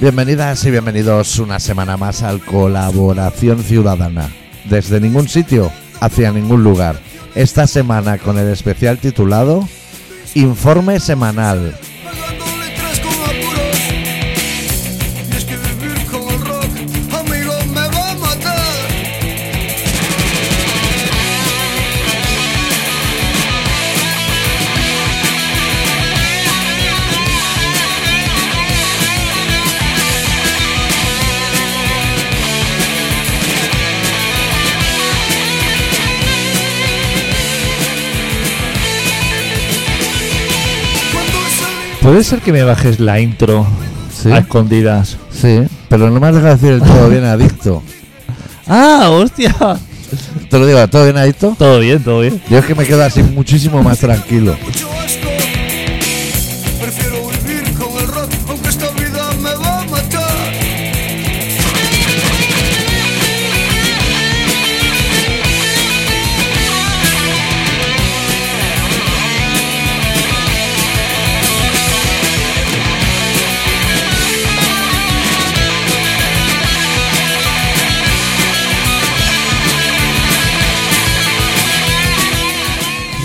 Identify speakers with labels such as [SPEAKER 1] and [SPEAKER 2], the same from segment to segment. [SPEAKER 1] Bienvenidas y bienvenidos una semana más al Colaboración Ciudadana. Desde ningún sitio, hacia ningún lugar. Esta semana con el especial titulado Informe Semanal.
[SPEAKER 2] Pagando letras con apuros Y es que vivir con el rock, amigo, me va a matar Cuando salí
[SPEAKER 3] ¿Puede ser que me bajes la intro
[SPEAKER 1] Sí,
[SPEAKER 3] a escondidas?
[SPEAKER 1] sí, pero no me has dejado decir el todo bien adicto.
[SPEAKER 3] ¡Ah, hostia!
[SPEAKER 1] Te lo digo, ¿todo bien adicto?
[SPEAKER 3] Todo bien, todo bien.
[SPEAKER 1] Yo es que me quedo así muchísimo más tranquilo.
[SPEAKER 2] mucho asco Prefiero vivir con el rock, aunque esta vida me va a matar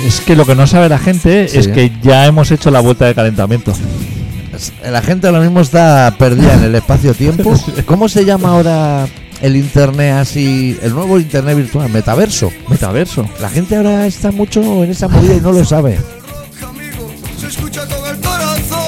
[SPEAKER 3] Es que lo que no sabe la gente
[SPEAKER 1] Sí.
[SPEAKER 3] es que ya hemos hecho la vuelta de calentamiento.
[SPEAKER 1] La gente ahora mismo está perdida en el espacio-tiempo. ¿Cómo se llama ahora el internet así, el nuevo internet virtual, metaverso?
[SPEAKER 3] Metaverso.
[SPEAKER 1] La gente ahora está mucho en esa movida y no lo sabe.
[SPEAKER 2] El rock, amigo, se escucha con el corazón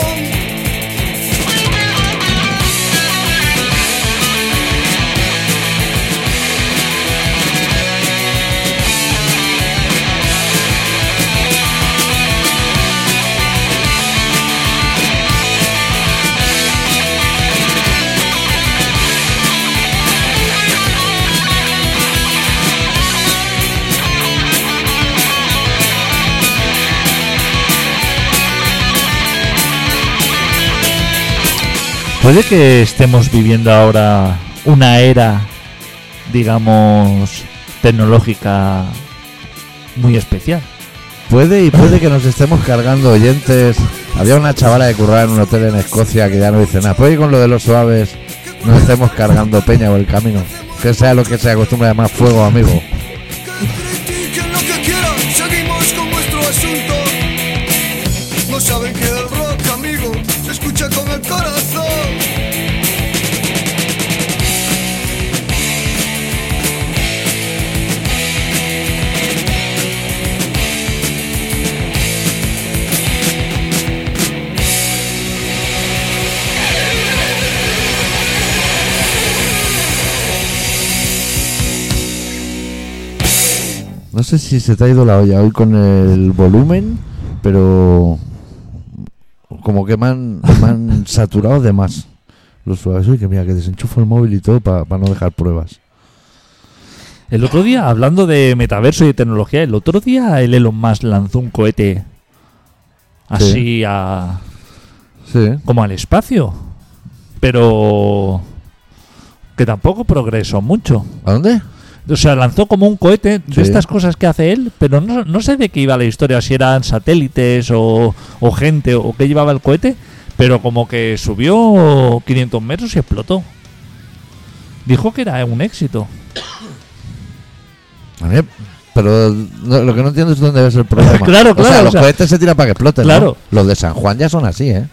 [SPEAKER 3] Puede que estemos viviendo ahora una era, digamos, tecnológica muy especial.
[SPEAKER 1] Puede y puede que nos estemos cargando oyentes. Había una chavala de currar en un hotel en Escocia que ya no dice nada. Puede que con lo de los suaves nos estemos cargando peña por el camino. Que sea lo que sea, acostumbra más fuego, amigo.
[SPEAKER 2] Que critiquen lo que quieran, seguimos con nuestro asunto. No saben que el rock, amigo, se escucha con el corazón.
[SPEAKER 1] No sé si se te ha ido la olla hoy con el volumen, pero como que me han, me han saturado de más los suaves. Uy, que mira, que desenchufo el móvil y todo para no dejar pruebas.
[SPEAKER 3] El otro día, hablando de metaverso y de tecnología, el otro día el Elon Musk lanzó un cohete así a,
[SPEAKER 1] Sí.
[SPEAKER 3] como al espacio, pero que tampoco progresó mucho.
[SPEAKER 1] ¿A dónde?
[SPEAKER 3] O sea, lanzó como un cohete
[SPEAKER 1] Sí.
[SPEAKER 3] de estas cosas que hace él, pero no, no sé de qué iba la historia, si eran satélites o, o gente o qué llevaba el cohete, pero como que subió 500 metros y explotó. Dijo que era un éxito.
[SPEAKER 1] A mí- pero no- lo que no entiendo es dónde ves el problema.
[SPEAKER 3] Claro,
[SPEAKER 1] O sea,
[SPEAKER 3] claro,
[SPEAKER 1] los
[SPEAKER 3] o sea-
[SPEAKER 1] cohetes se tiran para que exploten. ¿no?
[SPEAKER 3] Claro.
[SPEAKER 1] Los de San Juan ya son así, ¿eh?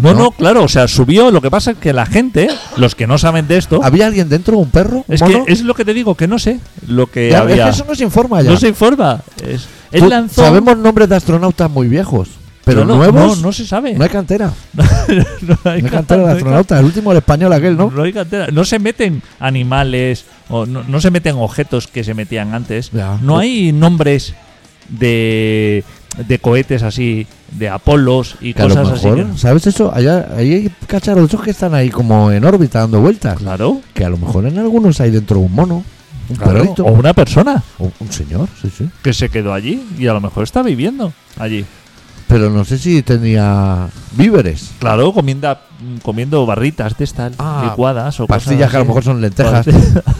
[SPEAKER 3] No,
[SPEAKER 1] ¿No?
[SPEAKER 3] no, claro, o sea, subió. Lo que pasa es que la gente, los que no saben de esto,
[SPEAKER 1] ¿Había alguien dentro? ¿Un perro? ¿Un
[SPEAKER 3] Oh. es
[SPEAKER 1] mono?
[SPEAKER 3] que es lo que te digo, que no sé lo que
[SPEAKER 1] Ya, es
[SPEAKER 3] había.
[SPEAKER 1] que eso no se informa ya.
[SPEAKER 3] no se informa. Es-
[SPEAKER 1] Tú-
[SPEAKER 3] él lanzó.
[SPEAKER 1] Sabemos nombres de astronautas muy viejos, pero
[SPEAKER 3] no, no,
[SPEAKER 1] nuevos.
[SPEAKER 3] No, no se sabe.
[SPEAKER 1] no hay cantera.
[SPEAKER 3] No hay
[SPEAKER 1] No hay
[SPEAKER 3] ca-
[SPEAKER 1] cantera
[SPEAKER 3] no
[SPEAKER 1] de
[SPEAKER 3] hay ca-
[SPEAKER 1] astronautas. El último, el español aquel, ¿no?
[SPEAKER 3] No hay cantera. No se meten animales, o no, no se meten objetos que se metían antes.
[SPEAKER 1] Ya.
[SPEAKER 3] No hay nombres de, de cohetes así, de Apolos y
[SPEAKER 1] Que a lo
[SPEAKER 3] cosas así.
[SPEAKER 1] mejor,
[SPEAKER 3] que-
[SPEAKER 1] ¿sabes eso? Allá, ahí hay cacharros esos que están ahí como en órbita dando vueltas.
[SPEAKER 3] claro,
[SPEAKER 1] Que a lo mejor en algunos hay dentro un mono, un
[SPEAKER 3] claro,
[SPEAKER 1] perrito,
[SPEAKER 3] O una persona
[SPEAKER 1] o un señor, sí, sí.
[SPEAKER 3] que se quedó allí y a lo mejor está viviendo allí.
[SPEAKER 1] Pero no sé si tenía víveres.
[SPEAKER 3] Claro, comienda, comiendo barritas de estas
[SPEAKER 1] Ah,
[SPEAKER 3] licuadas o cosas
[SPEAKER 1] Pastillas que a lo
[SPEAKER 3] así.
[SPEAKER 1] mejor son lentejas.
[SPEAKER 3] Pasti-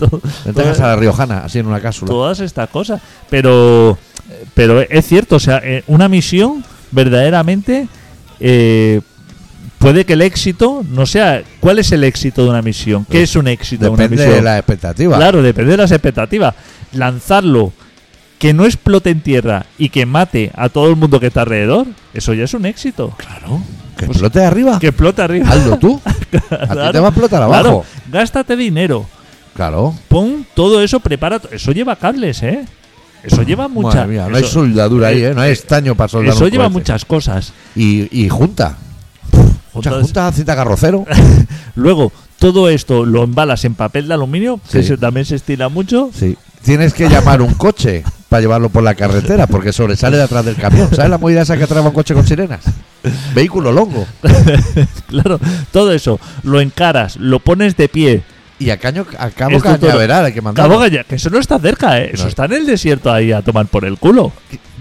[SPEAKER 3] To-
[SPEAKER 1] Lentejas
[SPEAKER 3] todas-
[SPEAKER 1] a la riojana, así en una cápsula.
[SPEAKER 3] todas estas cosas. Pero, pero es cierto, o sea, eh, una misión verdaderamente eh, puede que el éxito no sea. ¿Cuál es el éxito de una misión? ¿Qué es un éxito de una
[SPEAKER 1] Pues Depende
[SPEAKER 3] misión?
[SPEAKER 1] de las expectativas.
[SPEAKER 3] Claro, depende de las expectativas. Lanzarlo que no explote en tierra y que mate a todo el mundo que está alrededor, eso ya es un éxito. Claro.
[SPEAKER 1] Que explote arriba.
[SPEAKER 3] Que explota arriba.
[SPEAKER 1] Hazlo tú. A ti te va a explotar abajo.
[SPEAKER 3] Claro, gástate dinero.
[SPEAKER 1] Claro.
[SPEAKER 3] Pon todo eso, prepara. to- Eso lleva cables, ¿eh? Eso lleva mucha.
[SPEAKER 1] Madre mía, no
[SPEAKER 3] eso,
[SPEAKER 1] hay soldadura ahí, ¿eh? No hay estaño para soldar.
[SPEAKER 3] eso
[SPEAKER 1] un
[SPEAKER 3] lleva
[SPEAKER 1] cohete.
[SPEAKER 3] muchas cosas.
[SPEAKER 1] Y, y junta. Muchas
[SPEAKER 3] Entonces,
[SPEAKER 1] juntas, cita carrocero.
[SPEAKER 3] Luego, todo esto lo embalas en papel de aluminio, que
[SPEAKER 1] Sí.
[SPEAKER 3] se- también se estira mucho.
[SPEAKER 1] Sí. Tienes que llamar un coche para llevarlo por la carretera porque sobresale de atrás del camión. ¿Sabes la movida esa que atrapa un coche con sirenas? Vehículo longo.
[SPEAKER 3] claro, todo eso lo encaras, lo pones de pie.
[SPEAKER 1] Y a caño, a cabo
[SPEAKER 3] Esto todo-
[SPEAKER 1] cañaveral hay que
[SPEAKER 3] Cabo
[SPEAKER 1] mandar.
[SPEAKER 3] Galla- que eso no está cerca, ¿eh? Eso
[SPEAKER 1] No.
[SPEAKER 3] está en el desierto ahí a tomar por el culo.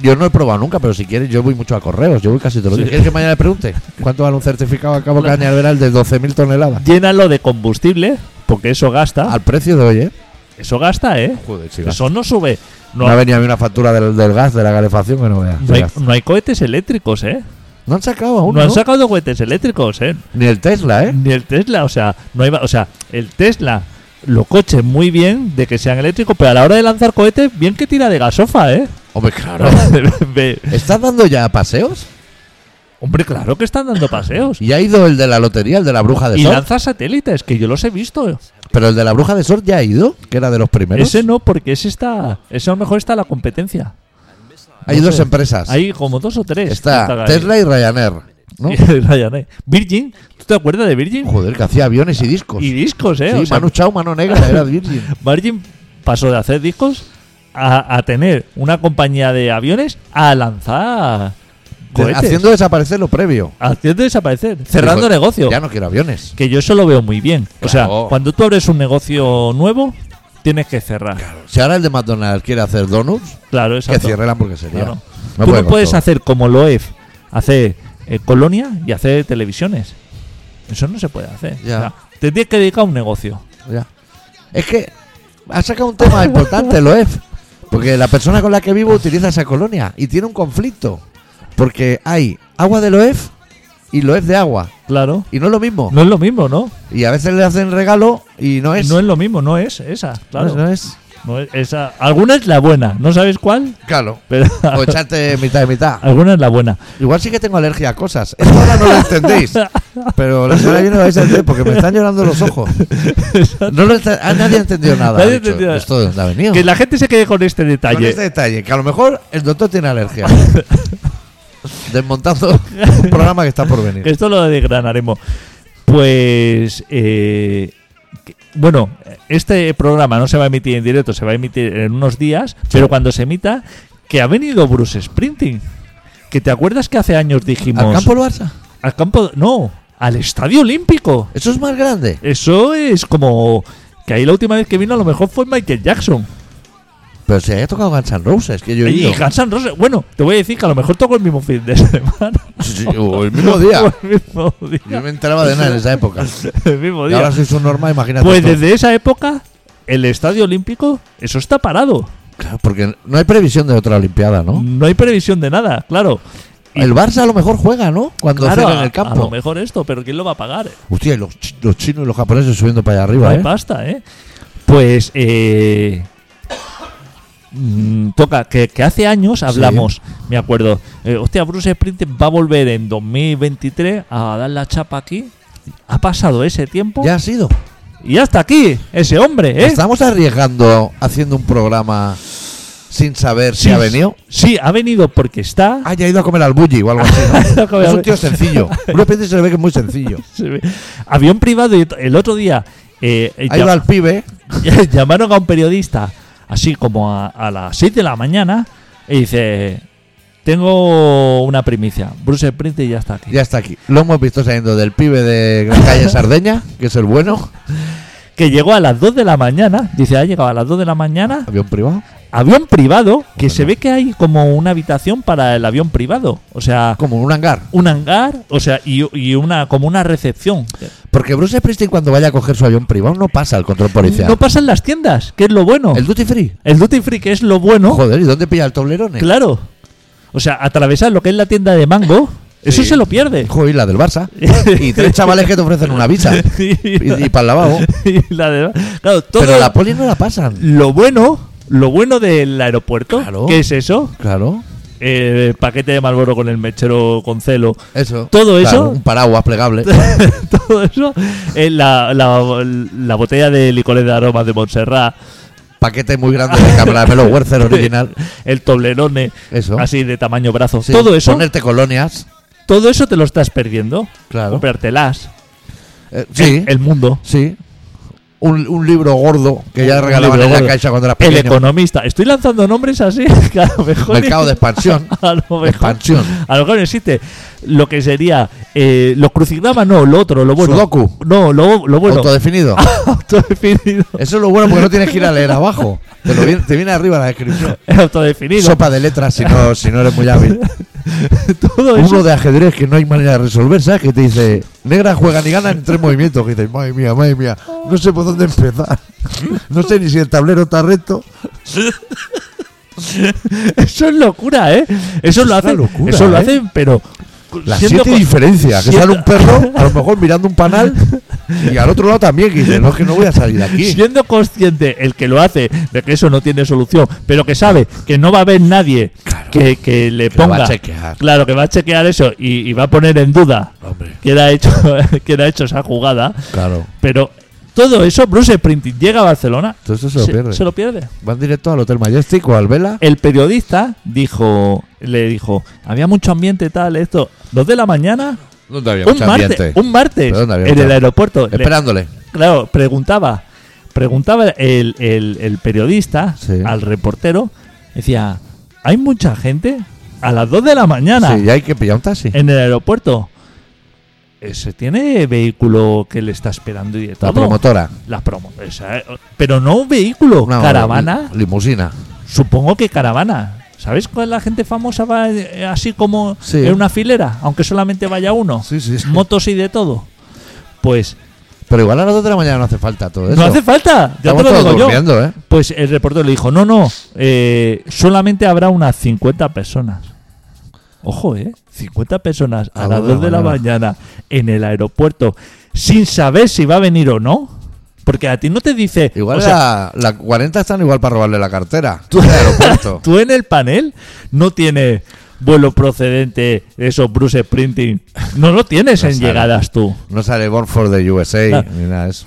[SPEAKER 1] Yo no he probado nunca, pero si quieres, yo voy mucho a correos. Yo voy casi todos los
[SPEAKER 3] Sí.
[SPEAKER 1] días. ¿Quieres que mañana le pregunte? ¿Cuánto vale un certificado a cabo cañaveral de 12.000 toneladas?
[SPEAKER 3] Llénalo de combustible, porque eso gasta.
[SPEAKER 1] Al precio de hoy, ¿eh?
[SPEAKER 3] Eso gasta, ¿eh?
[SPEAKER 1] Joder, si
[SPEAKER 3] Eso no sube. No,
[SPEAKER 1] No ha venido a mí una factura del, del gas, de la calefacción, que no veas.
[SPEAKER 3] no hay,
[SPEAKER 1] Verás.
[SPEAKER 3] no hay cohetes eléctricos, ¿eh?
[SPEAKER 1] No han sacado aún,
[SPEAKER 3] No han
[SPEAKER 1] ¿no?
[SPEAKER 3] sacado cohetes eléctricos, ¿eh?
[SPEAKER 1] Ni el Tesla, ¿eh?
[SPEAKER 3] Ni el Tesla, o sea, no hay, va- o sea, el Tesla lo coche muy bien de que sean eléctricos, pero a la hora de lanzar cohetes, bien que tira de gasofa, ¿eh?
[SPEAKER 1] Hombre, claro.
[SPEAKER 3] Ve-
[SPEAKER 1] ¿Estás dando ya paseos?
[SPEAKER 3] Hombre, claro que están dando paseos.
[SPEAKER 1] Y ha ido el de la lotería, el de la bruja de
[SPEAKER 3] Y
[SPEAKER 1] Sor.
[SPEAKER 3] lanza satélites, que yo los he visto.
[SPEAKER 1] Pero el de la bruja de Sor ya ha ido, que era de los primeros.
[SPEAKER 3] Ese no, porque ese está. Ese a lo mejor está la competencia.
[SPEAKER 1] Hay
[SPEAKER 3] no
[SPEAKER 1] dos
[SPEAKER 3] sé.
[SPEAKER 1] empresas.
[SPEAKER 3] Hay como dos o tres. que
[SPEAKER 1] Está
[SPEAKER 3] están ahí.
[SPEAKER 1] Tesla y Ryanair. ¿no?
[SPEAKER 3] Y Ryanair. Virgin, ¿tú te acuerdas de Virgin?
[SPEAKER 1] Joder, que hacía aviones y discos.
[SPEAKER 3] Y discos, ¿eh?
[SPEAKER 1] sí,
[SPEAKER 3] O sea,
[SPEAKER 1] Manu Chao, mano negra, era Virgin.
[SPEAKER 3] Virgin pasó de hacer discos a, a tener una compañía de aviones a lanzar
[SPEAKER 1] De-
[SPEAKER 3] cohetes.
[SPEAKER 1] haciendo desaparecer lo previo.
[SPEAKER 3] Haciendo desaparecer, cerrando
[SPEAKER 1] Dijo,
[SPEAKER 3] negocio.
[SPEAKER 1] Ya no quiero aviones.
[SPEAKER 3] Que yo eso lo veo muy bien. O sea,
[SPEAKER 1] Claro.
[SPEAKER 3] cuando tú abres un negocio nuevo, tienes que cerrar. Claro,
[SPEAKER 1] Si ahora el de McDonald's quiere hacer donuts, que
[SPEAKER 3] exacto.
[SPEAKER 1] cierre la hamburguesería.
[SPEAKER 3] Claro.
[SPEAKER 1] No
[SPEAKER 3] tú
[SPEAKER 1] puede
[SPEAKER 3] no
[SPEAKER 1] con
[SPEAKER 3] puedes
[SPEAKER 1] todo.
[SPEAKER 3] hacer como lo EF, hacer eh, colonia y hacer televisiones. Eso no se puede hacer.
[SPEAKER 1] Ya.
[SPEAKER 3] O sea, te tienes que dedicar a un negocio.
[SPEAKER 1] Ya. Es que ha sacado un tema importante, lo es. Porque la persona con la que vivo utiliza esa colonia y tiene un conflicto. Porque hay agua de Loef y Loef de agua.
[SPEAKER 3] Claro.
[SPEAKER 1] Y no es lo mismo.
[SPEAKER 3] No es lo mismo, ¿no?
[SPEAKER 1] Y a veces le hacen regalo y no es.
[SPEAKER 3] No es lo mismo, no es esa. Claro.
[SPEAKER 1] No es- no es.
[SPEAKER 3] No es esa. Alguna es la buena, no sabes cuál,
[SPEAKER 1] Claro.
[SPEAKER 3] pero
[SPEAKER 1] O echarte mitad y mitad.
[SPEAKER 3] alguna es la buena.
[SPEAKER 1] Igual sí que tengo alergia a cosas. Esto ahora no lo entendéis. Pero la semana que viene lo vais a entender porque me están llorando los ojos. No lo ent- a nadie ha entendido nada.
[SPEAKER 3] Nadie
[SPEAKER 1] ha dicho,
[SPEAKER 3] entendió nada.
[SPEAKER 1] ¿Esto de dónde ha venido?
[SPEAKER 3] Que la gente se quede con este
[SPEAKER 1] Con
[SPEAKER 3] detalle.
[SPEAKER 1] este detalle, que a lo mejor el doctor tiene alergia. Desmontando un programa que está por
[SPEAKER 3] Que
[SPEAKER 1] venir.
[SPEAKER 3] Esto lo desgranaremos. Pues. eh, que- bueno, este programa no se va a emitir en directo, se va a emitir en unos días, pero cuando se emita, que ha venido Bruce Sprinting. Que te acuerdas que hace años dijimos.
[SPEAKER 1] ¿Al campo el Barça?
[SPEAKER 3] al campo- No, al Estadio Olímpico.
[SPEAKER 1] Eso es más grande.
[SPEAKER 3] Eso es como. Que ahí la última vez que vino a lo mejor fue Michael Jackson.
[SPEAKER 1] Pero si haya tocado Guns N' Roses, que yo he
[SPEAKER 3] Y
[SPEAKER 1] ido.
[SPEAKER 3] Guns N' Roses- Bueno, te voy a decir que a lo mejor tocó el mismo fin de semana.
[SPEAKER 1] Sí, sí, o el mismo día.
[SPEAKER 3] el mismo día.
[SPEAKER 1] Yo me enteraba de nada en esa época.
[SPEAKER 3] El mismo
[SPEAKER 1] Y
[SPEAKER 3] día.
[SPEAKER 1] ahora soy su norma, imagínate.
[SPEAKER 3] Pues
[SPEAKER 1] tú.
[SPEAKER 3] desde esa época, el Estadio Olímpico, eso está parado.
[SPEAKER 1] Claro, porque no hay previsión de otra Olimpiada, ¿no?
[SPEAKER 3] No hay previsión de nada, claro. Y-
[SPEAKER 1] El Barça a lo mejor juega, ¿no? Cuando
[SPEAKER 3] claro,
[SPEAKER 1] cierran
[SPEAKER 3] a-
[SPEAKER 1] el
[SPEAKER 3] A lo
[SPEAKER 1] campo.
[SPEAKER 3] mejor esto, pero ¿quién lo va a pagar?
[SPEAKER 1] Hostia, y los, chi- los chinos y los japoneses subiendo para allá
[SPEAKER 3] No
[SPEAKER 1] arriba,
[SPEAKER 3] hay
[SPEAKER 1] ¿eh?
[SPEAKER 3] pasta, ¿eh? Pues, eh, mm, toca, que, que hace años hablamos, me acuerdo, eh, hostia, Bruce Springsteen va a volver en 2023 a dar la chapa aquí. Ha pasado ese tiempo
[SPEAKER 1] Ya ha sido.
[SPEAKER 3] y hasta aquí, ese hombre, ¿eh?
[SPEAKER 1] Estamos arriesgando haciendo un programa sin saber si
[SPEAKER 3] Sí,
[SPEAKER 1] ha venido.
[SPEAKER 3] Sí, ha venido porque está.
[SPEAKER 1] haya ido a comer al bulli o algo así.
[SPEAKER 3] Ha
[SPEAKER 1] ¿no?
[SPEAKER 3] comido
[SPEAKER 1] es
[SPEAKER 3] al
[SPEAKER 1] un tío sencillo. Bruce Springsteen se le ve que es muy sencillo.
[SPEAKER 3] Se ve. Avión privado y el otro día eh, eh,
[SPEAKER 1] Ha ido
[SPEAKER 3] llam-
[SPEAKER 1] al pibe.
[SPEAKER 3] llamaron a un periodista así como a, a las 6 de la mañana y dice tengo una primicia Bruce Springsteen ya está aquí
[SPEAKER 1] Ya está aquí. Lo hemos visto saliendo del pibe de la calle Sardeña, que es el bueno.
[SPEAKER 3] que llegó a las 2 de la mañana dice ha llegado a las 2 de la mañana
[SPEAKER 1] Avión privado.
[SPEAKER 3] avión privado que
[SPEAKER 1] Bueno.
[SPEAKER 3] se ve que hay como una habitación para el avión privado o sea
[SPEAKER 1] Como un hangar.
[SPEAKER 3] un hangar o sea y, y una como una recepción
[SPEAKER 1] Porque Bruce Springsteen cuando vaya a coger su avión privado no pasa el control policial.
[SPEAKER 3] no pasa en las tiendas que es lo bueno
[SPEAKER 1] el
[SPEAKER 3] el,
[SPEAKER 1] duty free.
[SPEAKER 3] duty free que es lo bueno
[SPEAKER 1] Joder, ¿y dónde pilla el toblerone?
[SPEAKER 3] Claro. O sea, atravesar lo que es la tienda de Mango Eso
[SPEAKER 1] Sí.
[SPEAKER 3] se lo pierde.
[SPEAKER 1] Hijo, y la del Barça. Y tres chavales que te ofrecen una visa. Y, y para el lavabo.
[SPEAKER 3] Y la de- claro, todo
[SPEAKER 1] Pero la poli no la pasan.
[SPEAKER 3] lo bueno, lo bueno del aeropuerto,
[SPEAKER 1] Claro.
[SPEAKER 3] ¿qué es eso?
[SPEAKER 1] Claro.
[SPEAKER 3] Eh, paquete de Malboro con el mechero con celo.
[SPEAKER 1] Eso.
[SPEAKER 3] Todo
[SPEAKER 1] Claro,
[SPEAKER 3] eso-
[SPEAKER 1] Un paraguas plegable.
[SPEAKER 3] todo eso. Eh, la, la- la botella de licores de aromas de Montserrat.
[SPEAKER 1] Paquete muy grande de cámara de pelo Werther original.
[SPEAKER 3] El toblerone.
[SPEAKER 1] Eso.
[SPEAKER 3] Así de tamaño brazo.
[SPEAKER 1] Sí,
[SPEAKER 3] Todo eso.
[SPEAKER 1] Ponerte colonias.
[SPEAKER 3] Todo eso te lo estás perdiendo.
[SPEAKER 1] Claro.
[SPEAKER 3] Comprártelas.
[SPEAKER 1] Eh, sí.
[SPEAKER 3] El, el mundo.
[SPEAKER 1] sí. Un, un libro gordo que ya
[SPEAKER 3] Un
[SPEAKER 1] regalaban
[SPEAKER 3] libro
[SPEAKER 1] en la
[SPEAKER 3] gordo.
[SPEAKER 1] caixa cuando eras
[SPEAKER 3] El
[SPEAKER 1] pequeño.
[SPEAKER 3] economista. Estoy lanzando nombres así que a lo mejor.
[SPEAKER 1] Mercado de expansión.
[SPEAKER 3] A lo mejor.
[SPEAKER 1] Expansión.
[SPEAKER 3] A lo mejor existe lo que sería. eh, los crucigramas, no, lo otro, lo bueno.
[SPEAKER 1] Sudoku.
[SPEAKER 3] No, lo, lo bueno.
[SPEAKER 1] Autodefinido.
[SPEAKER 3] Autodefinido.
[SPEAKER 1] Eso es lo bueno porque no tienes que ir a leer abajo. Te, lo viene, te viene arriba la descripción.
[SPEAKER 3] Autodefinido.
[SPEAKER 1] Sopa de letras si no, si no eres muy hábil.
[SPEAKER 3] Todo eso.
[SPEAKER 1] Uno de ajedrez que no hay manera de resolver, ¿sabes? Que te dice, negra juega ni gana en tres movimientos. Que dices, madre mía, madre mía, no sé por dónde empezar. No sé ni si el tablero está recto.
[SPEAKER 3] Eso es locura, ¿eh? Eso
[SPEAKER 1] Es una
[SPEAKER 3] lo hacen,
[SPEAKER 1] locura,
[SPEAKER 3] eso lo
[SPEAKER 1] ¿eh?
[SPEAKER 3] hacen, pero
[SPEAKER 1] Las
[SPEAKER 3] siendo
[SPEAKER 1] siete
[SPEAKER 3] con-
[SPEAKER 1] diferencias. Que
[SPEAKER 3] siendo-
[SPEAKER 1] sale un perro, a lo mejor mirando un panal, y al otro lado también, que dice, no, es que no voy a salir de aquí.
[SPEAKER 3] siendo consciente el que lo hace de que eso no tiene solución, pero que sabe que no va a haber nadie que, que le
[SPEAKER 1] Que lo va
[SPEAKER 3] ponga,
[SPEAKER 1] a chequear.
[SPEAKER 3] claro, que va a chequear eso y, y va a poner en duda
[SPEAKER 1] Hombre,
[SPEAKER 3] que era hecho, que era hecho esa jugada,
[SPEAKER 1] claro.
[SPEAKER 3] pero todo eso Bruce Springsteen llega a Barcelona,
[SPEAKER 1] Todo eso se lo pierde.
[SPEAKER 3] Se lo pierde.
[SPEAKER 1] Van directo al Hotel Majestic o al Vela.
[SPEAKER 3] El periodista dijo, le dijo, había mucho ambiente tal esto, dos de la mañana.
[SPEAKER 1] ¿Dónde había
[SPEAKER 3] Un
[SPEAKER 1] mucho
[SPEAKER 3] martes,
[SPEAKER 1] ambiente?
[SPEAKER 3] un martes
[SPEAKER 1] Perdón, había
[SPEAKER 3] en
[SPEAKER 1] mucho-
[SPEAKER 3] el aeropuerto. Le-
[SPEAKER 1] Esperándole.
[SPEAKER 3] Claro, preguntaba, preguntaba el, el- el periodista
[SPEAKER 1] Sí.
[SPEAKER 3] al reportero, decía, hay mucha gente a las 2 de la mañana
[SPEAKER 1] Sí, y hay que pillar un taxi.
[SPEAKER 3] en el aeropuerto. Eh, ¿Se tiene vehículo que le está esperando y de
[SPEAKER 1] La
[SPEAKER 3] todo?
[SPEAKER 1] promotora.
[SPEAKER 3] Las promo- esa, eh, pero no un vehículo,
[SPEAKER 1] Una
[SPEAKER 3] caravana.
[SPEAKER 1] li- Limusina.
[SPEAKER 3] Supongo que caravana. ¿Sabes cuál la gente famosa va eh, así como
[SPEAKER 1] Sí.
[SPEAKER 3] en una filera? Aunque solamente vaya uno.
[SPEAKER 1] Sí, sí, sí.
[SPEAKER 3] Motos y de todo. Pues
[SPEAKER 1] Pero igual a las 2 de la mañana no hace falta todo eso.
[SPEAKER 3] no hace falta. Ya
[SPEAKER 1] Estamos
[SPEAKER 3] te lo
[SPEAKER 1] todos
[SPEAKER 3] digo yo.
[SPEAKER 1] durmiendo, ¿eh?
[SPEAKER 3] Pues el reportero le dijo, no, no, eh, solamente habrá unas 50 personas. Ojo, ¿eh? 50 personas a,
[SPEAKER 1] A
[SPEAKER 3] las 2 de la mañana en el aeropuerto sin saber si va a venir o no. Porque a ti no te dice...
[SPEAKER 1] Igual
[SPEAKER 3] o sea,
[SPEAKER 1] la, la 40 están igual para robarle la cartera. Tú en el aeropuerto.
[SPEAKER 3] tú en el panel no tienes vuelo procedente, esos Bruce Sprinting. No lo tienes
[SPEAKER 1] No
[SPEAKER 3] en
[SPEAKER 1] sale.
[SPEAKER 3] llegadas tú.
[SPEAKER 1] No sale Born for the USA
[SPEAKER 3] Claro.
[SPEAKER 1] ni nada de eso.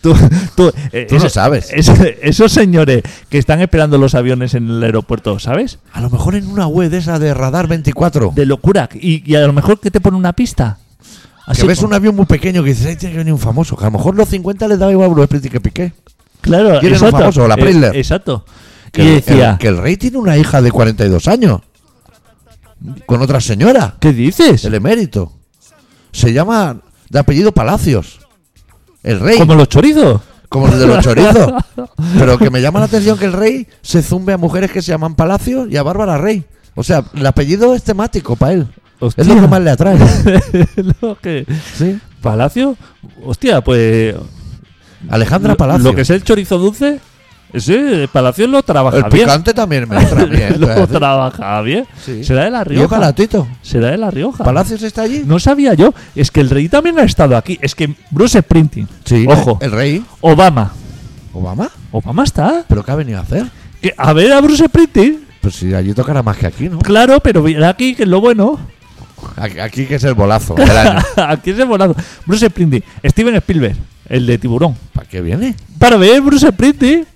[SPEAKER 3] tú, tú- eh,
[SPEAKER 1] Tú lo sabes.
[SPEAKER 3] es- esos señores que están esperando los aviones en el aeropuerto, ¿sabes?
[SPEAKER 1] A lo mejor en una web de esa de Radar 24.
[SPEAKER 3] De locura. Y, y a lo mejor que te pone una pista. Así
[SPEAKER 1] que ves
[SPEAKER 3] como-
[SPEAKER 1] un avión muy pequeño que dices, ahí tiene que venir un famoso. Que a lo mejor los 50 les daba igual Bruce Springsteen que Piqué.
[SPEAKER 3] Claro,
[SPEAKER 1] quieren un
[SPEAKER 3] exacto.
[SPEAKER 1] famoso, la
[SPEAKER 3] Eh,
[SPEAKER 1] Pringler.
[SPEAKER 3] exacto.
[SPEAKER 1] Que,
[SPEAKER 3] y
[SPEAKER 1] el-
[SPEAKER 3] decía,
[SPEAKER 1] el- que el rey tiene una hija de 42 años. Con otra señora.
[SPEAKER 3] ¿qué dices?
[SPEAKER 1] El emérito. Se llama de apellido Palacios. El rey.
[SPEAKER 3] Como los chorizos.
[SPEAKER 1] Como el de los chorizos. Pero que me llama la atención que el rey se zumbe a mujeres que se llaman Palacio y a Bárbara Rey. O sea, el apellido es temático para él.
[SPEAKER 3] Hostia.
[SPEAKER 1] Es lo que más le atrae.
[SPEAKER 3] Lo que-
[SPEAKER 1] Sí.
[SPEAKER 3] Palacio, hostia, pues
[SPEAKER 1] Alejandra
[SPEAKER 3] lo-
[SPEAKER 1] Palacio.
[SPEAKER 3] Lo que es el chorizo dulce, ese Palacio lo trabaja
[SPEAKER 1] el
[SPEAKER 3] bien.
[SPEAKER 1] picante también me entra bien.
[SPEAKER 3] lo trabaja bien.
[SPEAKER 1] Sí.
[SPEAKER 3] Será de la
[SPEAKER 1] Yo
[SPEAKER 3] Rioja.
[SPEAKER 1] calatito.
[SPEAKER 3] Será de la Rioja.
[SPEAKER 1] ¿Palacios está allí?
[SPEAKER 3] No sabía yo. Es que el rey también ha estado aquí. Es que Bruce Sprinting. Ojo.
[SPEAKER 1] El rey.
[SPEAKER 3] Obama.
[SPEAKER 1] Obama.
[SPEAKER 3] Obama está.
[SPEAKER 1] ¿Pero qué ha venido a hacer?
[SPEAKER 3] Que- a ver a Bruce Springsteen.
[SPEAKER 1] Pues si allí tocará más que aquí, ¿no?
[SPEAKER 3] Claro, pero viene aquí, que es lo bueno.
[SPEAKER 1] Aquí, aquí que es el bolazo del año.
[SPEAKER 3] aquí es el volado. Bruce Springsteen. Steven Spielberg, el de Tiburón.
[SPEAKER 1] ¿Para qué viene?
[SPEAKER 3] Para ver Bruce Springsteen,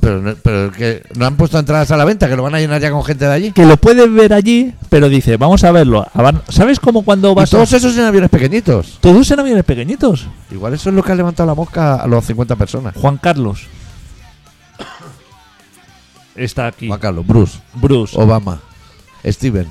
[SPEAKER 1] Pero, no- pero que no han puesto entradas a la venta, que lo van a llenar ya con gente de allí.
[SPEAKER 3] que lo puedes ver allí, pero dice, vamos a verlo. Avan- ¿Sabes cómo cuando
[SPEAKER 1] Y
[SPEAKER 3] vas a-
[SPEAKER 1] todos esos en aviones pequeñitos.
[SPEAKER 3] Todos en aviones pequeñitos.
[SPEAKER 1] Igual eso es lo que ha levantado la mosca a los 50 personas.
[SPEAKER 3] Juan Carlos. Está aquí.
[SPEAKER 1] Juan Oh, Carlos, Bruce,
[SPEAKER 3] Bruce.
[SPEAKER 1] Obama, Steven.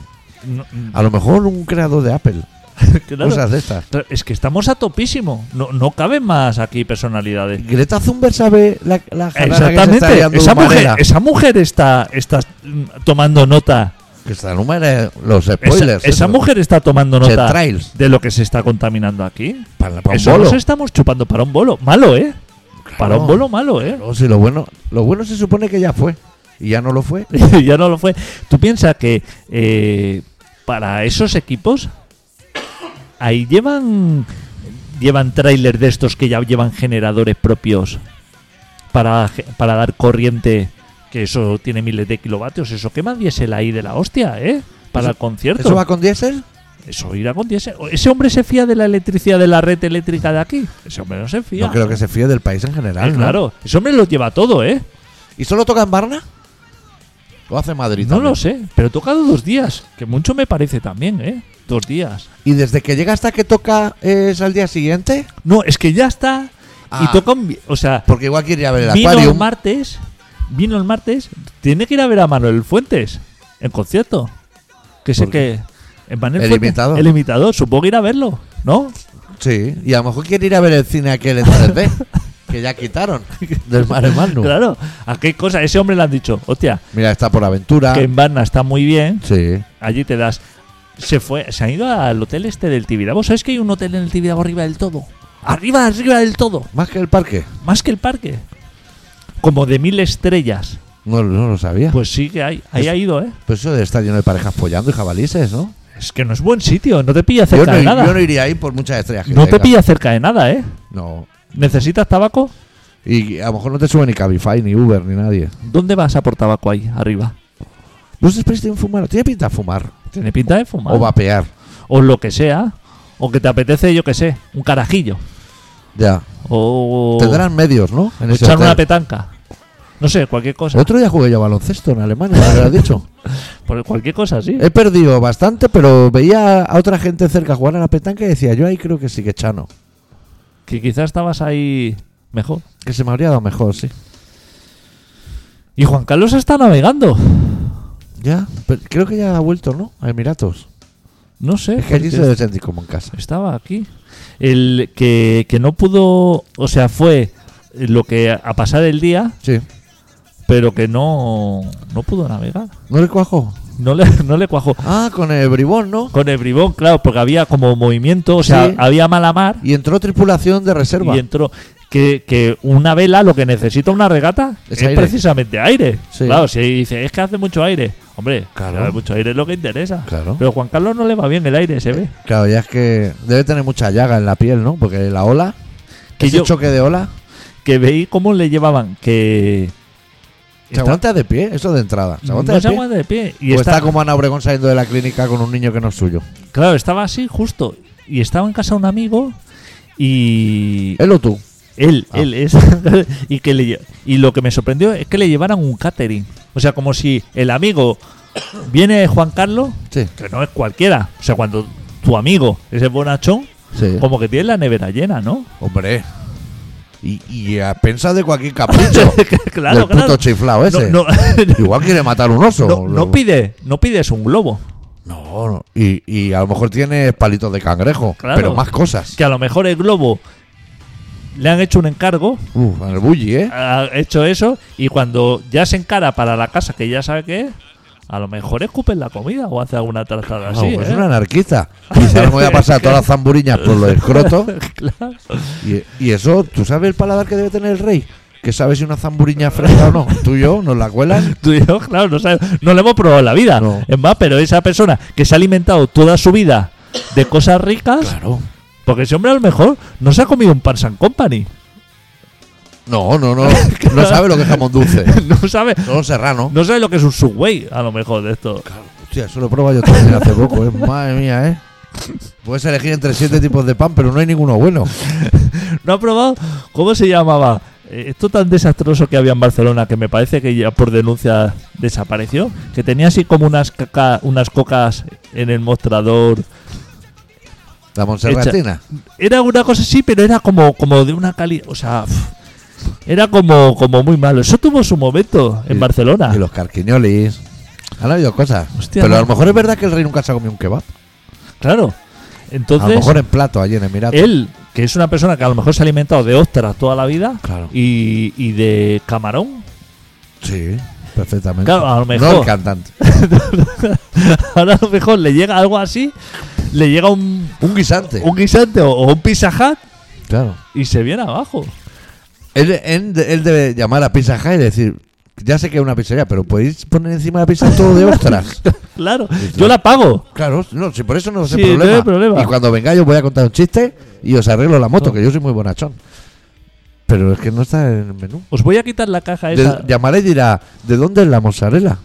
[SPEAKER 3] No, mm,
[SPEAKER 1] A lo mejor un creador de Apple.
[SPEAKER 3] claro.
[SPEAKER 1] ah, Cosas de estas.
[SPEAKER 3] Tra- Es que estamos a topísimo. No, no caben más aquí personalidades.
[SPEAKER 1] Greta Thunberg sabe la, la jarana que se está
[SPEAKER 3] Exactamente.
[SPEAKER 1] liando
[SPEAKER 3] Esa
[SPEAKER 1] humanera.
[SPEAKER 3] mujer, esa mujer está, está mm, tomando nota.
[SPEAKER 1] Que están humanas, los
[SPEAKER 3] Esa-
[SPEAKER 1] spoilers.
[SPEAKER 3] esa mujer está tomando
[SPEAKER 1] Se
[SPEAKER 3] nota
[SPEAKER 1] trails.
[SPEAKER 3] de lo que se está contaminando aquí.
[SPEAKER 1] Para, para un
[SPEAKER 3] Eso
[SPEAKER 1] bolo.
[SPEAKER 3] nos estamos chupando para un bolo. Malo, ¿eh? Para un
[SPEAKER 1] Claro.
[SPEAKER 3] bolo malo, ¿eh?
[SPEAKER 1] No, si lo bueno, lo bueno se supone que ya fue. Y ya no lo fue.
[SPEAKER 3] ya no lo fue. Tú piensas que eh, para esos equipos, ahí llevan llevan trailers de estos que ya llevan generadores propios para, ge- para dar corriente, que eso tiene miles de kilovatios, eso quema diésel ahí de la hostia, ¿eh? Para
[SPEAKER 1] Eso-
[SPEAKER 3] el concierto.
[SPEAKER 1] ¿Eso va con diésel?
[SPEAKER 3] Eso irá con diésel. ¿Ese hombre se fía de la electricidad de la red eléctrica de aquí? Ese hombre no se fía.
[SPEAKER 1] No creo que se fíe del país en
[SPEAKER 3] Eh,
[SPEAKER 1] general. ¿no?
[SPEAKER 3] Claro, ese hombre lo lleva todo, ¿eh?
[SPEAKER 1] ¿Y solo toca en Barna? ¿O hace Madrid?
[SPEAKER 3] No
[SPEAKER 1] también?
[SPEAKER 3] lo sé, pero he tocado dos días, que mucho me parece también, ¿eh? Dos días.
[SPEAKER 1] ¿Y desde que llega hasta que toca eh, es al día siguiente?
[SPEAKER 3] No, es que ya está
[SPEAKER 1] Ah.
[SPEAKER 3] y toca un... vi- O sea,
[SPEAKER 1] Porque igual quiere ir a ver el
[SPEAKER 3] vino el
[SPEAKER 1] Aquarium.
[SPEAKER 3] martes, vino el martes, tiene que ir a ver a Manuel Fuentes en concierto. Que sé
[SPEAKER 1] ¿Por qué?
[SPEAKER 3] que... en Manuel
[SPEAKER 1] ¿El
[SPEAKER 3] Fuentes-
[SPEAKER 1] imitador?
[SPEAKER 3] El imitador, supongo que ir a verlo, ¿no?
[SPEAKER 1] Sí, y a lo mejor quiere ir a ver el cine aquel en 3D, que ya quitaron del Mare Magnum.
[SPEAKER 3] Claro, ¿a qué cosa? Ese hombre le han dicho, hostia,
[SPEAKER 1] Mira, está por aventura.
[SPEAKER 3] que en Varna está muy bien,
[SPEAKER 1] Sí.
[SPEAKER 3] allí te das. Se fue, se han ido al hotel este del Tibidabo. ¿Sabes que hay un hotel en el Tibidabo arriba del todo? Arriba, arriba del todo.
[SPEAKER 1] Más que el parque.
[SPEAKER 3] Más que el parque. Como de mil estrellas.
[SPEAKER 1] No, no lo sabía. Pues,
[SPEAKER 3] Pues sí que hay. Ahí ha ido, ¿eh?
[SPEAKER 1] eso debe estar lleno de parejas follando y jabalices, ¿no?
[SPEAKER 3] Es que no es buen sitio. No te pilla
[SPEAKER 1] Yo
[SPEAKER 3] cerca
[SPEAKER 1] no,
[SPEAKER 3] de
[SPEAKER 1] ir-
[SPEAKER 3] nada.
[SPEAKER 1] yo no iría ahí por muchas estrellas que
[SPEAKER 3] no te
[SPEAKER 1] tenga.
[SPEAKER 3] pilla cerca de nada, ¿eh?
[SPEAKER 1] No.
[SPEAKER 3] ¿Necesitas tabaco?
[SPEAKER 1] Y a lo mejor no te sube ni Cabify, ni Uber, ni nadie.
[SPEAKER 3] ¿Dónde vas a por tabaco ahí arriba?
[SPEAKER 1] Bruce Springsteen fumar. Tiene pinta de fumar.
[SPEAKER 3] Tiene pinta de fumar.
[SPEAKER 1] O vapear.
[SPEAKER 3] O lo que sea. O que te apetece, yo que sé, un carajillo.
[SPEAKER 1] Ya.
[SPEAKER 3] O,
[SPEAKER 1] Tendrán medios, ¿no? En
[SPEAKER 3] o
[SPEAKER 1] ese
[SPEAKER 3] echar una
[SPEAKER 1] hotel.
[SPEAKER 3] petanca. No sé, cualquier cosa.
[SPEAKER 1] Otro día jugué yo a baloncesto en Alemania, me lo has dicho.
[SPEAKER 3] Por cualquier cosa, sí.
[SPEAKER 1] He perdido bastante, pero veía a otra gente cerca jugar a la petanca y decía, yo ahí creo que sí que Chano.
[SPEAKER 3] Que quizás estabas ahí mejor.
[SPEAKER 1] Que se me habría dado mejor, sí.
[SPEAKER 3] Y Juan Carlos está navegando.
[SPEAKER 1] Ya, pero creo que ya ha vuelto, ¿no? A Emiratos.
[SPEAKER 3] No sé.
[SPEAKER 1] Es que allí
[SPEAKER 3] porque
[SPEAKER 1] se debe sentir como en casa.
[SPEAKER 3] Estaba aquí. El que, que no pudo. O sea, fue lo que a pasar el día,
[SPEAKER 1] Sí.
[SPEAKER 3] pero que no, no pudo navegar.
[SPEAKER 1] ¿No le cuajo?
[SPEAKER 3] No le, no le cuajó.
[SPEAKER 1] Ah, con el bribón, ¿no?
[SPEAKER 3] Con el bribón, claro, porque había como movimiento, o sea,
[SPEAKER 1] Sí.
[SPEAKER 3] había mala mar
[SPEAKER 1] Y entró tripulación de reserva.
[SPEAKER 3] y entró. Que, que una vela lo que necesita una regata
[SPEAKER 1] Es
[SPEAKER 3] es,
[SPEAKER 1] aire.
[SPEAKER 3] precisamente aire.
[SPEAKER 1] Sí.
[SPEAKER 3] Claro, si dice, es que hace mucho aire. Hombre,
[SPEAKER 1] Claro.
[SPEAKER 3] claro. mucho aire es lo que interesa.
[SPEAKER 1] Claro.
[SPEAKER 3] Pero Juan Carlos no le va bien el aire, se ve.
[SPEAKER 1] Claro, ya es que debe tener mucha llaga en la piel, ¿no? Porque la ola,
[SPEAKER 3] Que
[SPEAKER 1] ese
[SPEAKER 3] yo-
[SPEAKER 1] choque de ola,
[SPEAKER 3] Que veí cómo le llevaban, que...
[SPEAKER 1] se aguanta de pie, eso de entrada. Se aguanta
[SPEAKER 3] no
[SPEAKER 1] de
[SPEAKER 3] se
[SPEAKER 1] pie.
[SPEAKER 3] aguanta de pie. Y
[SPEAKER 1] o
[SPEAKER 3] está,
[SPEAKER 1] está como Ana Obregón saliendo de la clínica con un niño que no es suyo.
[SPEAKER 3] Claro, estaba así justo. Y estaba en casa un amigo y...
[SPEAKER 1] Él o tú.
[SPEAKER 3] Él,
[SPEAKER 1] Ah.
[SPEAKER 3] él es... y, que le, lle- y lo que me sorprendió es que le llevaran un catering. O sea, como si el amigo viene Juan Carlos,
[SPEAKER 1] Sí.
[SPEAKER 3] que no es cualquiera. O sea, cuando tu amigo es el bonachón,
[SPEAKER 1] Sí.
[SPEAKER 3] como que tiene la nevera llena, ¿no?
[SPEAKER 1] Hombre. Y, y a pensar de cualquier capricho.
[SPEAKER 3] claro,
[SPEAKER 1] del puto
[SPEAKER 3] claro.
[SPEAKER 1] chiflao ese.
[SPEAKER 3] No, no-
[SPEAKER 1] Igual quiere matar un oso.
[SPEAKER 3] no- no pide, no pides un globo.
[SPEAKER 1] No, no. Y, y a lo mejor tiene palitos de cangrejo.
[SPEAKER 3] Claro.
[SPEAKER 1] Pero más cosas.
[SPEAKER 3] que a lo mejor el globo le han hecho un encargo,
[SPEAKER 1] Uf, en el bully, ¿eh?
[SPEAKER 3] ha hecho eso, y cuando ya se encara para la casa, que ya sabe qué es, a lo mejor escupen la comida o hace alguna trazada
[SPEAKER 1] No,
[SPEAKER 3] así.
[SPEAKER 1] pues
[SPEAKER 3] ¿eh?
[SPEAKER 1] es un anarquista. Y se me voy a pasar todas las zamburiñas por los escrotos.
[SPEAKER 3] Claro.
[SPEAKER 1] Y, y eso, ¿tú sabes el paladar que debe tener el rey? Que sabe si una zamburiña es fresca o no. Tú y yo nos la cuelan.
[SPEAKER 3] Tú y yo, claro, no, sabe- no le hemos probado en la vida.
[SPEAKER 1] No.
[SPEAKER 3] Es más, pero esa persona que se ha alimentado toda su vida de cosas ricas,
[SPEAKER 1] Claro.
[SPEAKER 3] porque ese hombre a lo mejor no se ha comido un Pans and Company.
[SPEAKER 1] No, no, no. No sabe lo que es jamón dulce.
[SPEAKER 3] No sabe,
[SPEAKER 1] Solo serrano.
[SPEAKER 3] no sabe lo que es un subway, a lo mejor, de esto.
[SPEAKER 1] Hostia, eso lo he probado yo también hace poco, ¿eh? Madre mía, ¿eh? Puedes elegir entre siete tipos de pan, pero no hay ninguno bueno.
[SPEAKER 3] ¿No ha probado? ¿Cómo se llamaba? Eh, Esto tan desastroso que había en Barcelona, que me parece que ya por denuncia desapareció, que tenía así como unas, caca- unas cocas en el mostrador.
[SPEAKER 1] La Monserratina.
[SPEAKER 3] Era una cosa así, pero era como, como de una calidad. O sea, pf, era como, como muy malo. Eso tuvo su momento en
[SPEAKER 1] Y-
[SPEAKER 3] Barcelona.
[SPEAKER 1] Y los carquiñolis. Han habido cosas.
[SPEAKER 3] Hostia,
[SPEAKER 1] pero a
[SPEAKER 3] no.
[SPEAKER 1] lo mejor es verdad que el rey nunca se ha comido un kebab.
[SPEAKER 3] Claro.
[SPEAKER 1] a lo
[SPEAKER 3] Entonces, ¿Eh?
[SPEAKER 1] mejor en plato allí en Emiratos.
[SPEAKER 3] él, que es una persona que a lo mejor se ha alimentado de ostras toda la vida
[SPEAKER 1] Claro.
[SPEAKER 3] y, y de camarón,
[SPEAKER 1] Sí, perfectamente.
[SPEAKER 3] Claro, a lo
[SPEAKER 1] No el
[SPEAKER 3] mejor.
[SPEAKER 1] cantante.
[SPEAKER 3] ahora a lo mejor le llega algo así, le llega un
[SPEAKER 1] Un guisante.
[SPEAKER 3] un guisante o, o un pizza Hut
[SPEAKER 1] Claro.
[SPEAKER 3] y se viene abajo.
[SPEAKER 1] Él, él- él debe llamar a Pizza Hut y decir, Ya sé que es una pizzería, pero podéis poner encima de la pizza todo de ostras.
[SPEAKER 3] Claro, yo la pago.
[SPEAKER 1] Claro, no, si por eso no es el
[SPEAKER 3] Sí, no
[SPEAKER 1] problema.
[SPEAKER 3] hay problema.
[SPEAKER 1] Y cuando vengáis os voy a contar un chiste y os arreglo la moto,
[SPEAKER 3] No.
[SPEAKER 1] que yo soy muy bonachón. Pero es que no está en el menú.
[SPEAKER 3] Os voy a quitar la caja
[SPEAKER 1] De-
[SPEAKER 3] esa.
[SPEAKER 1] llamaré y dirá, ¿de dónde es la mozzarella?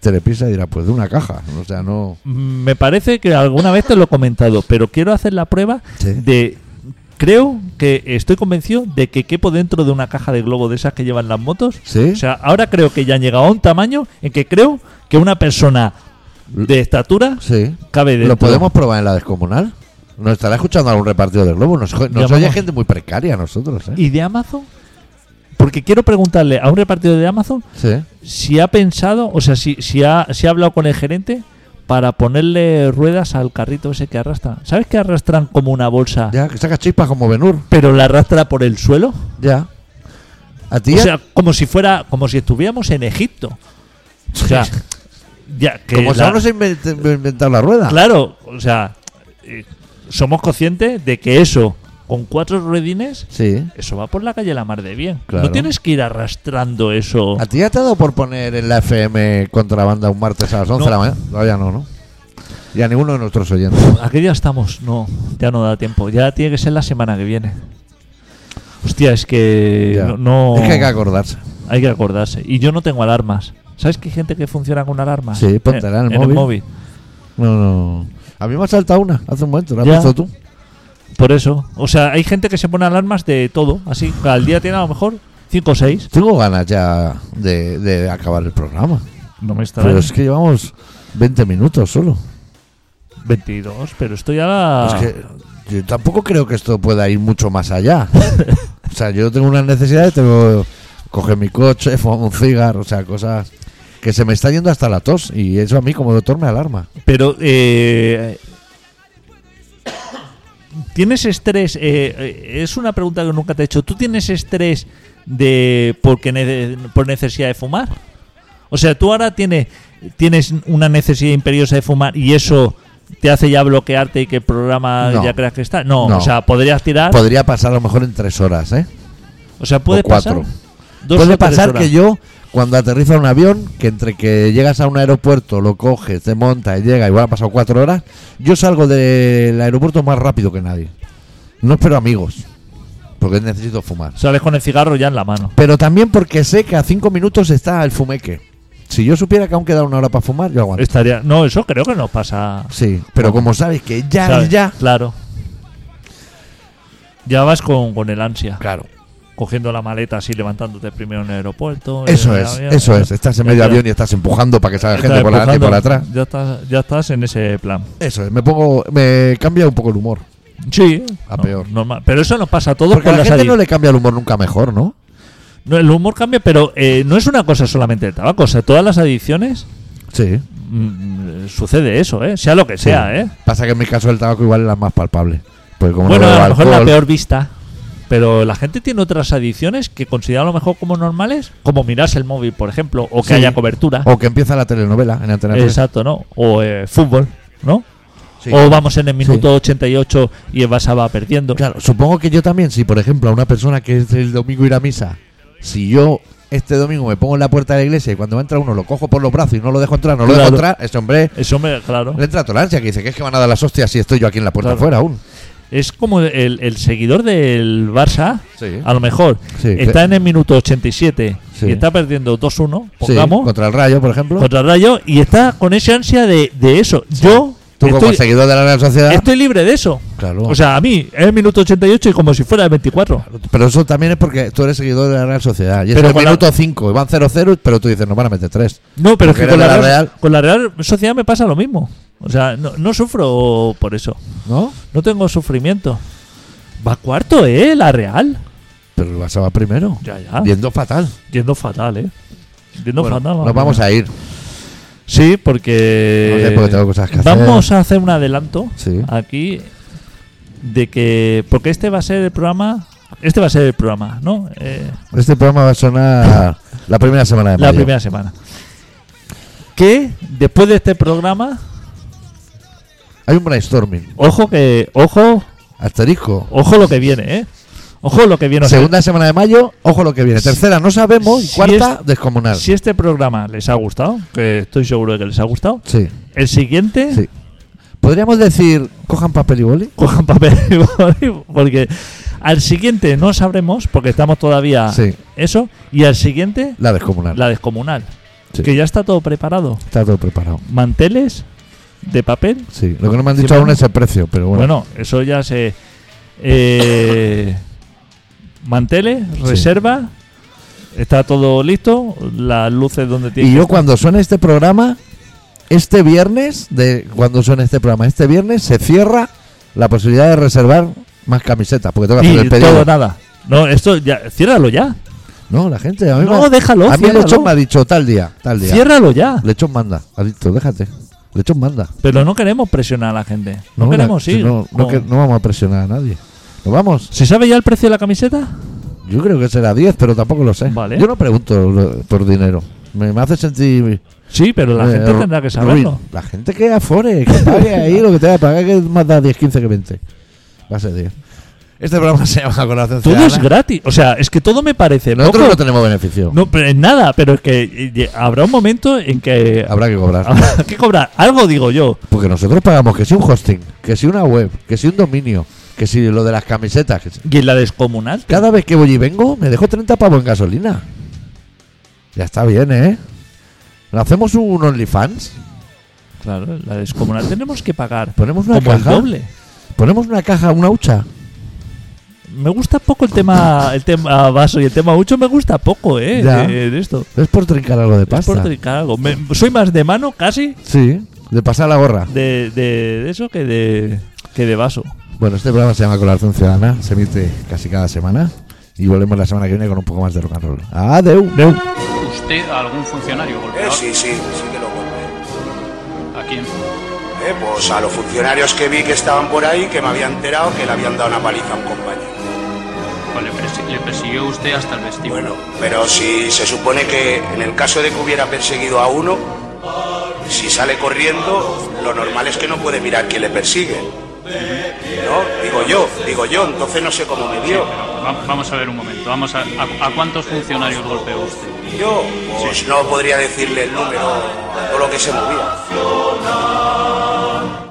[SPEAKER 1] Telepisa dirá, pues de una caja. O sea, no.
[SPEAKER 3] Mm, Me parece que alguna vez te lo he comentado, pero quiero hacer la prueba
[SPEAKER 1] Sí.
[SPEAKER 3] de. Creo que estoy convencido de que quepo dentro de una caja de globo de esas que llevan las motos.
[SPEAKER 1] ¿Sí?
[SPEAKER 3] O sea, ahora creo que ya han llegado a un tamaño en que creo que una persona de estatura
[SPEAKER 1] sí.
[SPEAKER 3] cabe dentro.
[SPEAKER 1] ¿Lo podemos probar en la descomunal? ¿Nos estará escuchando algún repartido de globo? Nos, jo- nos
[SPEAKER 3] Llamamos.
[SPEAKER 1] oye gente muy precaria a nosotros, ¿eh?
[SPEAKER 3] ¿Y de Amazon? Porque quiero preguntarle a un repartidor de Amazon
[SPEAKER 1] Sí.
[SPEAKER 3] si ha pensado, o sea, si, si, ha, si ha hablado con el gerente para ponerle ruedas al carrito ese que arrastra. ¿Sabes que arrastran como una bolsa,
[SPEAKER 1] Ya, que saca chispas como Benur.
[SPEAKER 3] pero la arrastra por el suelo?
[SPEAKER 1] Ya. A ti
[SPEAKER 3] O
[SPEAKER 1] ya-
[SPEAKER 3] sea, como si fuera, como si estuviéramos en Egipto. O sea, ya que
[SPEAKER 1] como si
[SPEAKER 3] la-
[SPEAKER 1] aún no se inventa- inventado la rueda.
[SPEAKER 3] Claro, o sea, eh, somos conscientes de que eso, con cuatro ruedines,
[SPEAKER 1] Sí.
[SPEAKER 3] eso va por la calle la mar de bien.
[SPEAKER 1] Claro.
[SPEAKER 3] No tienes que ir arrastrando eso.
[SPEAKER 1] ¿A ti ya te ha dado por poner en la FM contrabanda un martes a las 11 de la
[SPEAKER 3] No.
[SPEAKER 1] mañana? Todavía no, ¿no? Y a ninguno de nuestros oyentes.
[SPEAKER 3] ¿A qué día estamos? No, ya no da tiempo. Ya tiene que ser la semana que viene. Hostia, es que
[SPEAKER 1] Ya.
[SPEAKER 3] no, no-
[SPEAKER 1] Es que hay que acordarse.
[SPEAKER 3] hay que acordarse. Y yo no tengo alarmas. ¿Sabes que hay gente que funciona con alarmas? Eh,
[SPEAKER 1] Sí, póntela en el móvil. No, no. A mí me ha saltado una hace un momento, la has
[SPEAKER 3] Ya.
[SPEAKER 1] puesto tú.
[SPEAKER 3] Por eso. O sea, hay gente que se pone alarmas de todo. Así, al día tiene a lo mejor 5 o 6.
[SPEAKER 1] Tengo ganas ya de, de acabar el programa.
[SPEAKER 3] No me está
[SPEAKER 1] Pero es que llevamos 20 minutos solo.
[SPEAKER 3] 22, pero esto ya la...
[SPEAKER 1] Es que yo tampoco creo que esto pueda ir mucho más allá. o sea, yo tengo unas necesidades, tengo coger mi coche, fumar un cigarro, o sea, cosas que se me está yendo hasta la tos y eso a mí como doctor me alarma.
[SPEAKER 3] Pero... eh, ¿Tienes estrés? eh, eh, es una pregunta que nunca te he hecho. ¿Tú tienes estrés de porque nece- por necesidad de fumar? O sea, tú ahora tienes, tienes una necesidad imperiosa de fumar y eso te hace ya bloquearte y que el programa
[SPEAKER 1] No.
[SPEAKER 3] ya creas que está. No,
[SPEAKER 1] No.
[SPEAKER 3] o sea, podrías tirar.
[SPEAKER 1] Podría pasar a lo mejor en tres horas, ¿eh?
[SPEAKER 3] o sea, puede
[SPEAKER 1] o cuatro.
[SPEAKER 3] pasar. dos o
[SPEAKER 1] Puede
[SPEAKER 3] tres
[SPEAKER 1] pasar
[SPEAKER 3] horas.
[SPEAKER 1] que yo, cuando aterriza un avión, que entre que llegas a un aeropuerto, lo coges, te monta y llega, igual ha pasado cuatro horas, yo salgo del aeropuerto más rápido que nadie. No espero amigos, porque necesito fumar.
[SPEAKER 3] Sales con el cigarro ya en la mano.
[SPEAKER 1] Pero también porque sé que a cinco minutos está el fumeque. Si yo supiera que aún queda una hora para fumar, yo aguanto.
[SPEAKER 3] Estaría. No, eso creo que nos pasa.
[SPEAKER 1] Sí, pero como sabes que ya
[SPEAKER 3] ¿sabes?
[SPEAKER 1] es ya.
[SPEAKER 3] Claro. Ya vas con, con el ansia,
[SPEAKER 1] Claro,
[SPEAKER 3] cogiendo la maleta así, levantándote primero en el aeropuerto. en
[SPEAKER 1] eso
[SPEAKER 3] el
[SPEAKER 1] es,
[SPEAKER 3] avión,
[SPEAKER 1] eso
[SPEAKER 3] ya-
[SPEAKER 1] es. Estás en
[SPEAKER 3] ya
[SPEAKER 1] medio
[SPEAKER 3] te-
[SPEAKER 1] avión y estás empujando para que salga
[SPEAKER 3] ya
[SPEAKER 1] gente
[SPEAKER 3] estás
[SPEAKER 1] por adelante y por
[SPEAKER 3] empujando,
[SPEAKER 1] atrás.
[SPEAKER 3] Ya estás, ya estás en ese plan.
[SPEAKER 1] Eso es, me pongo, me cambia un poco el humor.
[SPEAKER 3] Sí.
[SPEAKER 1] A
[SPEAKER 3] no,
[SPEAKER 1] peor.
[SPEAKER 3] Normal. Pero eso nos pasa a todos
[SPEAKER 1] Porque a la
[SPEAKER 3] con las
[SPEAKER 1] gente no
[SPEAKER 3] adic-
[SPEAKER 1] le cambia el humor nunca mejor, ¿no?
[SPEAKER 3] No, El humor cambia, pero eh, no es una cosa solamente el tabaco. O sea, todas las adicciones
[SPEAKER 1] Sí.
[SPEAKER 3] mm, mm, sucede eso, ¿eh? Sea lo que sea, ¿eh?
[SPEAKER 1] Pasa que en mi caso el tabaco igual es la más palpable. Porque como
[SPEAKER 3] Bueno,
[SPEAKER 1] no bebo
[SPEAKER 3] a lo mejor la
[SPEAKER 1] alcohol-
[SPEAKER 3] peor vista. Pero la gente tiene otras adiciones que considera a lo mejor como normales, como mirarse el móvil, por ejemplo, o que
[SPEAKER 1] Sí.
[SPEAKER 3] haya cobertura.
[SPEAKER 1] O que empieza la telenovela en Antena tres.
[SPEAKER 3] Exacto, ¿no? O eh, fútbol, ¿no?
[SPEAKER 1] Sí.
[SPEAKER 3] O vamos en el minuto 88 y el Barça va perdiendo.
[SPEAKER 1] Claro, supongo que yo también, si por ejemplo a una persona que es el domingo ir a misa, si yo este domingo me pongo en la puerta de la iglesia y cuando entra uno lo cojo por los brazos y no lo dejo entrar, no lo dejo
[SPEAKER 3] Claro.
[SPEAKER 1] entrar, ese hombre
[SPEAKER 3] Eso me, claro.
[SPEAKER 1] le entra tolerancia que dice que es que van a dar las hostias si estoy yo aquí en la puerta
[SPEAKER 3] Claro.
[SPEAKER 1] afuera aún.
[SPEAKER 3] Es como el, el seguidor del Barça,
[SPEAKER 1] Sí.
[SPEAKER 3] a lo mejor,
[SPEAKER 1] Sí,
[SPEAKER 3] está en el minuto 87
[SPEAKER 1] Sí.
[SPEAKER 3] y está perdiendo 2-1,
[SPEAKER 1] Sí,
[SPEAKER 3] pongamos,
[SPEAKER 1] contra el rayo, por ejemplo.
[SPEAKER 3] contra el Rayo, y está con esa ansia de, de eso. Yo
[SPEAKER 1] Tú como
[SPEAKER 3] estoy-
[SPEAKER 1] seguidor de la Real Sociedad.
[SPEAKER 3] estoy libre de eso.
[SPEAKER 1] ¿Eh? Claro.
[SPEAKER 3] O sea, a mí es el minuto 88 y como si fuera el 24.
[SPEAKER 1] pero eso también es porque tú eres seguidor de la Real Sociedad. Y es
[SPEAKER 3] Pero
[SPEAKER 1] el
[SPEAKER 3] con la-
[SPEAKER 1] minuto 5 y van 0-0, pero tú dices, nos van a meter 3.
[SPEAKER 3] No, pero es que
[SPEAKER 1] Porque
[SPEAKER 3] con
[SPEAKER 1] era
[SPEAKER 3] la,
[SPEAKER 1] de la
[SPEAKER 3] Real,
[SPEAKER 1] Real.
[SPEAKER 3] con la Real Sociedad me pasa lo mismo. O sea, no, no sufro por eso.
[SPEAKER 1] ¿No?
[SPEAKER 3] No tengo sufrimiento. Va cuarto, ¿eh? La Real.
[SPEAKER 1] Pero el Barça va primero.
[SPEAKER 3] Ya, ya.
[SPEAKER 1] Yendo fatal.
[SPEAKER 3] Yendo fatal, ¿eh? Yendo
[SPEAKER 1] Bueno,
[SPEAKER 3] fatal.
[SPEAKER 1] nos vamos a ir.
[SPEAKER 3] Sí, porque.
[SPEAKER 1] No sé, porque tengo cosas que hacer.
[SPEAKER 3] Vamos a hacer un adelanto
[SPEAKER 1] Sí.
[SPEAKER 3] aquí de que. Porque este va a ser el programa. Este va a ser el programa, ¿no? Eh,
[SPEAKER 1] Este programa va a sonar la primera semana de mayo.
[SPEAKER 3] la primera semana. Que después de este programa,
[SPEAKER 1] Hay un brainstorming.
[SPEAKER 3] ojo que, ojo,
[SPEAKER 1] Asterisco.
[SPEAKER 3] ojo lo que viene, ¿eh? Ojo lo que viene. o sea,
[SPEAKER 1] Segunda semana de mayo, ojo lo que viene. Tercera no sabemos y
[SPEAKER 3] Si
[SPEAKER 1] cuarta
[SPEAKER 3] es-
[SPEAKER 1] descomunal.
[SPEAKER 3] si este programa les ha gustado, que estoy seguro de que les ha gustado,
[SPEAKER 1] Sí,
[SPEAKER 3] el siguiente
[SPEAKER 1] sí. Podríamos decir, cojan papel y boli.
[SPEAKER 3] cojan papel y boli, porque al siguiente no sabremos porque estamos todavía
[SPEAKER 1] Sí.
[SPEAKER 3] eso y al siguiente
[SPEAKER 1] La descomunal.
[SPEAKER 3] la descomunal,
[SPEAKER 1] Sí.
[SPEAKER 3] que ya está todo preparado,
[SPEAKER 1] Está todo preparado.
[SPEAKER 3] manteles de papel
[SPEAKER 1] Sí. Lo que no me han
[SPEAKER 3] Sí,
[SPEAKER 1] dicho aún
[SPEAKER 3] bueno.
[SPEAKER 1] es el precio, pero bueno.
[SPEAKER 3] Bueno, eso ya se. Eh, manteles, reserva. Está todo listo. Las luces donde tiene.
[SPEAKER 1] y
[SPEAKER 3] que
[SPEAKER 1] yo
[SPEAKER 3] estar.
[SPEAKER 1] cuando suene este programa, este viernes, de cuando suene este programa, este viernes se cierra la posibilidad de reservar más camisetas, porque tengo que
[SPEAKER 3] Y
[SPEAKER 1] hacer el pedido.
[SPEAKER 3] todo nada. No, esto ya. Ciérralo ya.
[SPEAKER 1] No, la gente, a mí,
[SPEAKER 3] No,
[SPEAKER 1] me,
[SPEAKER 3] déjalo.
[SPEAKER 1] a mí
[SPEAKER 3] ciérralo.
[SPEAKER 1] Lechón me ha dicho tal día, tal día.
[SPEAKER 3] Ciérralo ya.
[SPEAKER 1] Lechón manda, ha dicho, déjate. Lechón manda.
[SPEAKER 3] Pero no queremos presionar a la gente. No,
[SPEAKER 1] la-
[SPEAKER 3] queremos ir.
[SPEAKER 1] No, no
[SPEAKER 3] con-
[SPEAKER 1] que- no vamos a presionar a nadie. ¿Nos vamos?
[SPEAKER 3] ¿Se sabe ya el precio de la camiseta?
[SPEAKER 1] Yo creo que será 10, pero tampoco lo sé.
[SPEAKER 3] Vale.
[SPEAKER 1] Yo no pregunto lo- por dinero. Me, me hace sentir.
[SPEAKER 3] Sí, pero la
[SPEAKER 1] eh,
[SPEAKER 3] gente
[SPEAKER 1] ru-
[SPEAKER 3] tendrá que
[SPEAKER 1] ruin.
[SPEAKER 3] saberlo.
[SPEAKER 1] La gente que afore, que pague ahí lo que tenga que pagar, que más da 10, 15 que 20. Va a ser 10. Este programa se llama Corazón
[SPEAKER 3] Todo es
[SPEAKER 1] Ciudadana.
[SPEAKER 3] gratis. O sea, es que todo me parece.
[SPEAKER 1] Nosotros
[SPEAKER 3] poco.
[SPEAKER 1] no tenemos beneficio.
[SPEAKER 3] No, pero en nada, pero es que eh, habrá un momento en que
[SPEAKER 1] Habrá que cobrar.
[SPEAKER 3] habrá que cobrar algo, digo yo.
[SPEAKER 1] Porque nosotros pagamos que si un hosting, que si una web, que si un dominio, que si lo de las camisetas. que si-
[SPEAKER 3] Y en la descomunal,
[SPEAKER 1] Cada vez que voy y vengo, me dejo 30 pavos en gasolina. Ya está bien, ¿eh? ¿No hacemos un OnlyFans?
[SPEAKER 3] claro, en la descomunal tenemos que pagar
[SPEAKER 1] Ponemos una
[SPEAKER 3] como el
[SPEAKER 1] caja.
[SPEAKER 3] doble.
[SPEAKER 1] Ponemos una caja, una hucha.
[SPEAKER 3] Me gusta poco el tema el tema vaso y el tema mucho me gusta poco, eh,
[SPEAKER 1] Ya.
[SPEAKER 3] de, de esto.
[SPEAKER 1] Es por trincar algo de
[SPEAKER 3] Es
[SPEAKER 1] pasta.
[SPEAKER 3] por trincar algo. Me- soy más de mano casi
[SPEAKER 1] sí, de pasar la gorra.
[SPEAKER 3] de, de- de eso que de que de vaso.
[SPEAKER 1] Bueno, este programa se llama Colaboración Ciudadana. Se emite casi cada semana. Y volvemos la semana que viene con un poco más de rock and roll. Adeu.
[SPEAKER 4] ¿Usted a algún funcionario
[SPEAKER 5] Eh,
[SPEAKER 4] golpeador?
[SPEAKER 5] sí, sí, sí que lo
[SPEAKER 4] ¿A
[SPEAKER 5] golpeé.
[SPEAKER 4] quién?
[SPEAKER 5] Eh, pues a los funcionarios que vi que estaban por ahí, que me había enterado que le habían dado una paliza a un compañero.
[SPEAKER 4] ¿O le, persi- le persiguió usted hasta el vestíbulo?
[SPEAKER 5] Bueno, pero si se supone que en el caso de que hubiera perseguido a uno, si sale corriendo, lo normal es que no puede mirar quién le persigue. ¿No? Digo yo, digo yo, entonces no sé cómo me dio.
[SPEAKER 4] Va- vamos a ver un momento. Vamos a, a- ¿a cuántos funcionarios golpeó usted?
[SPEAKER 5] Yo, pues no podría decirle el número, todo lo que se movía.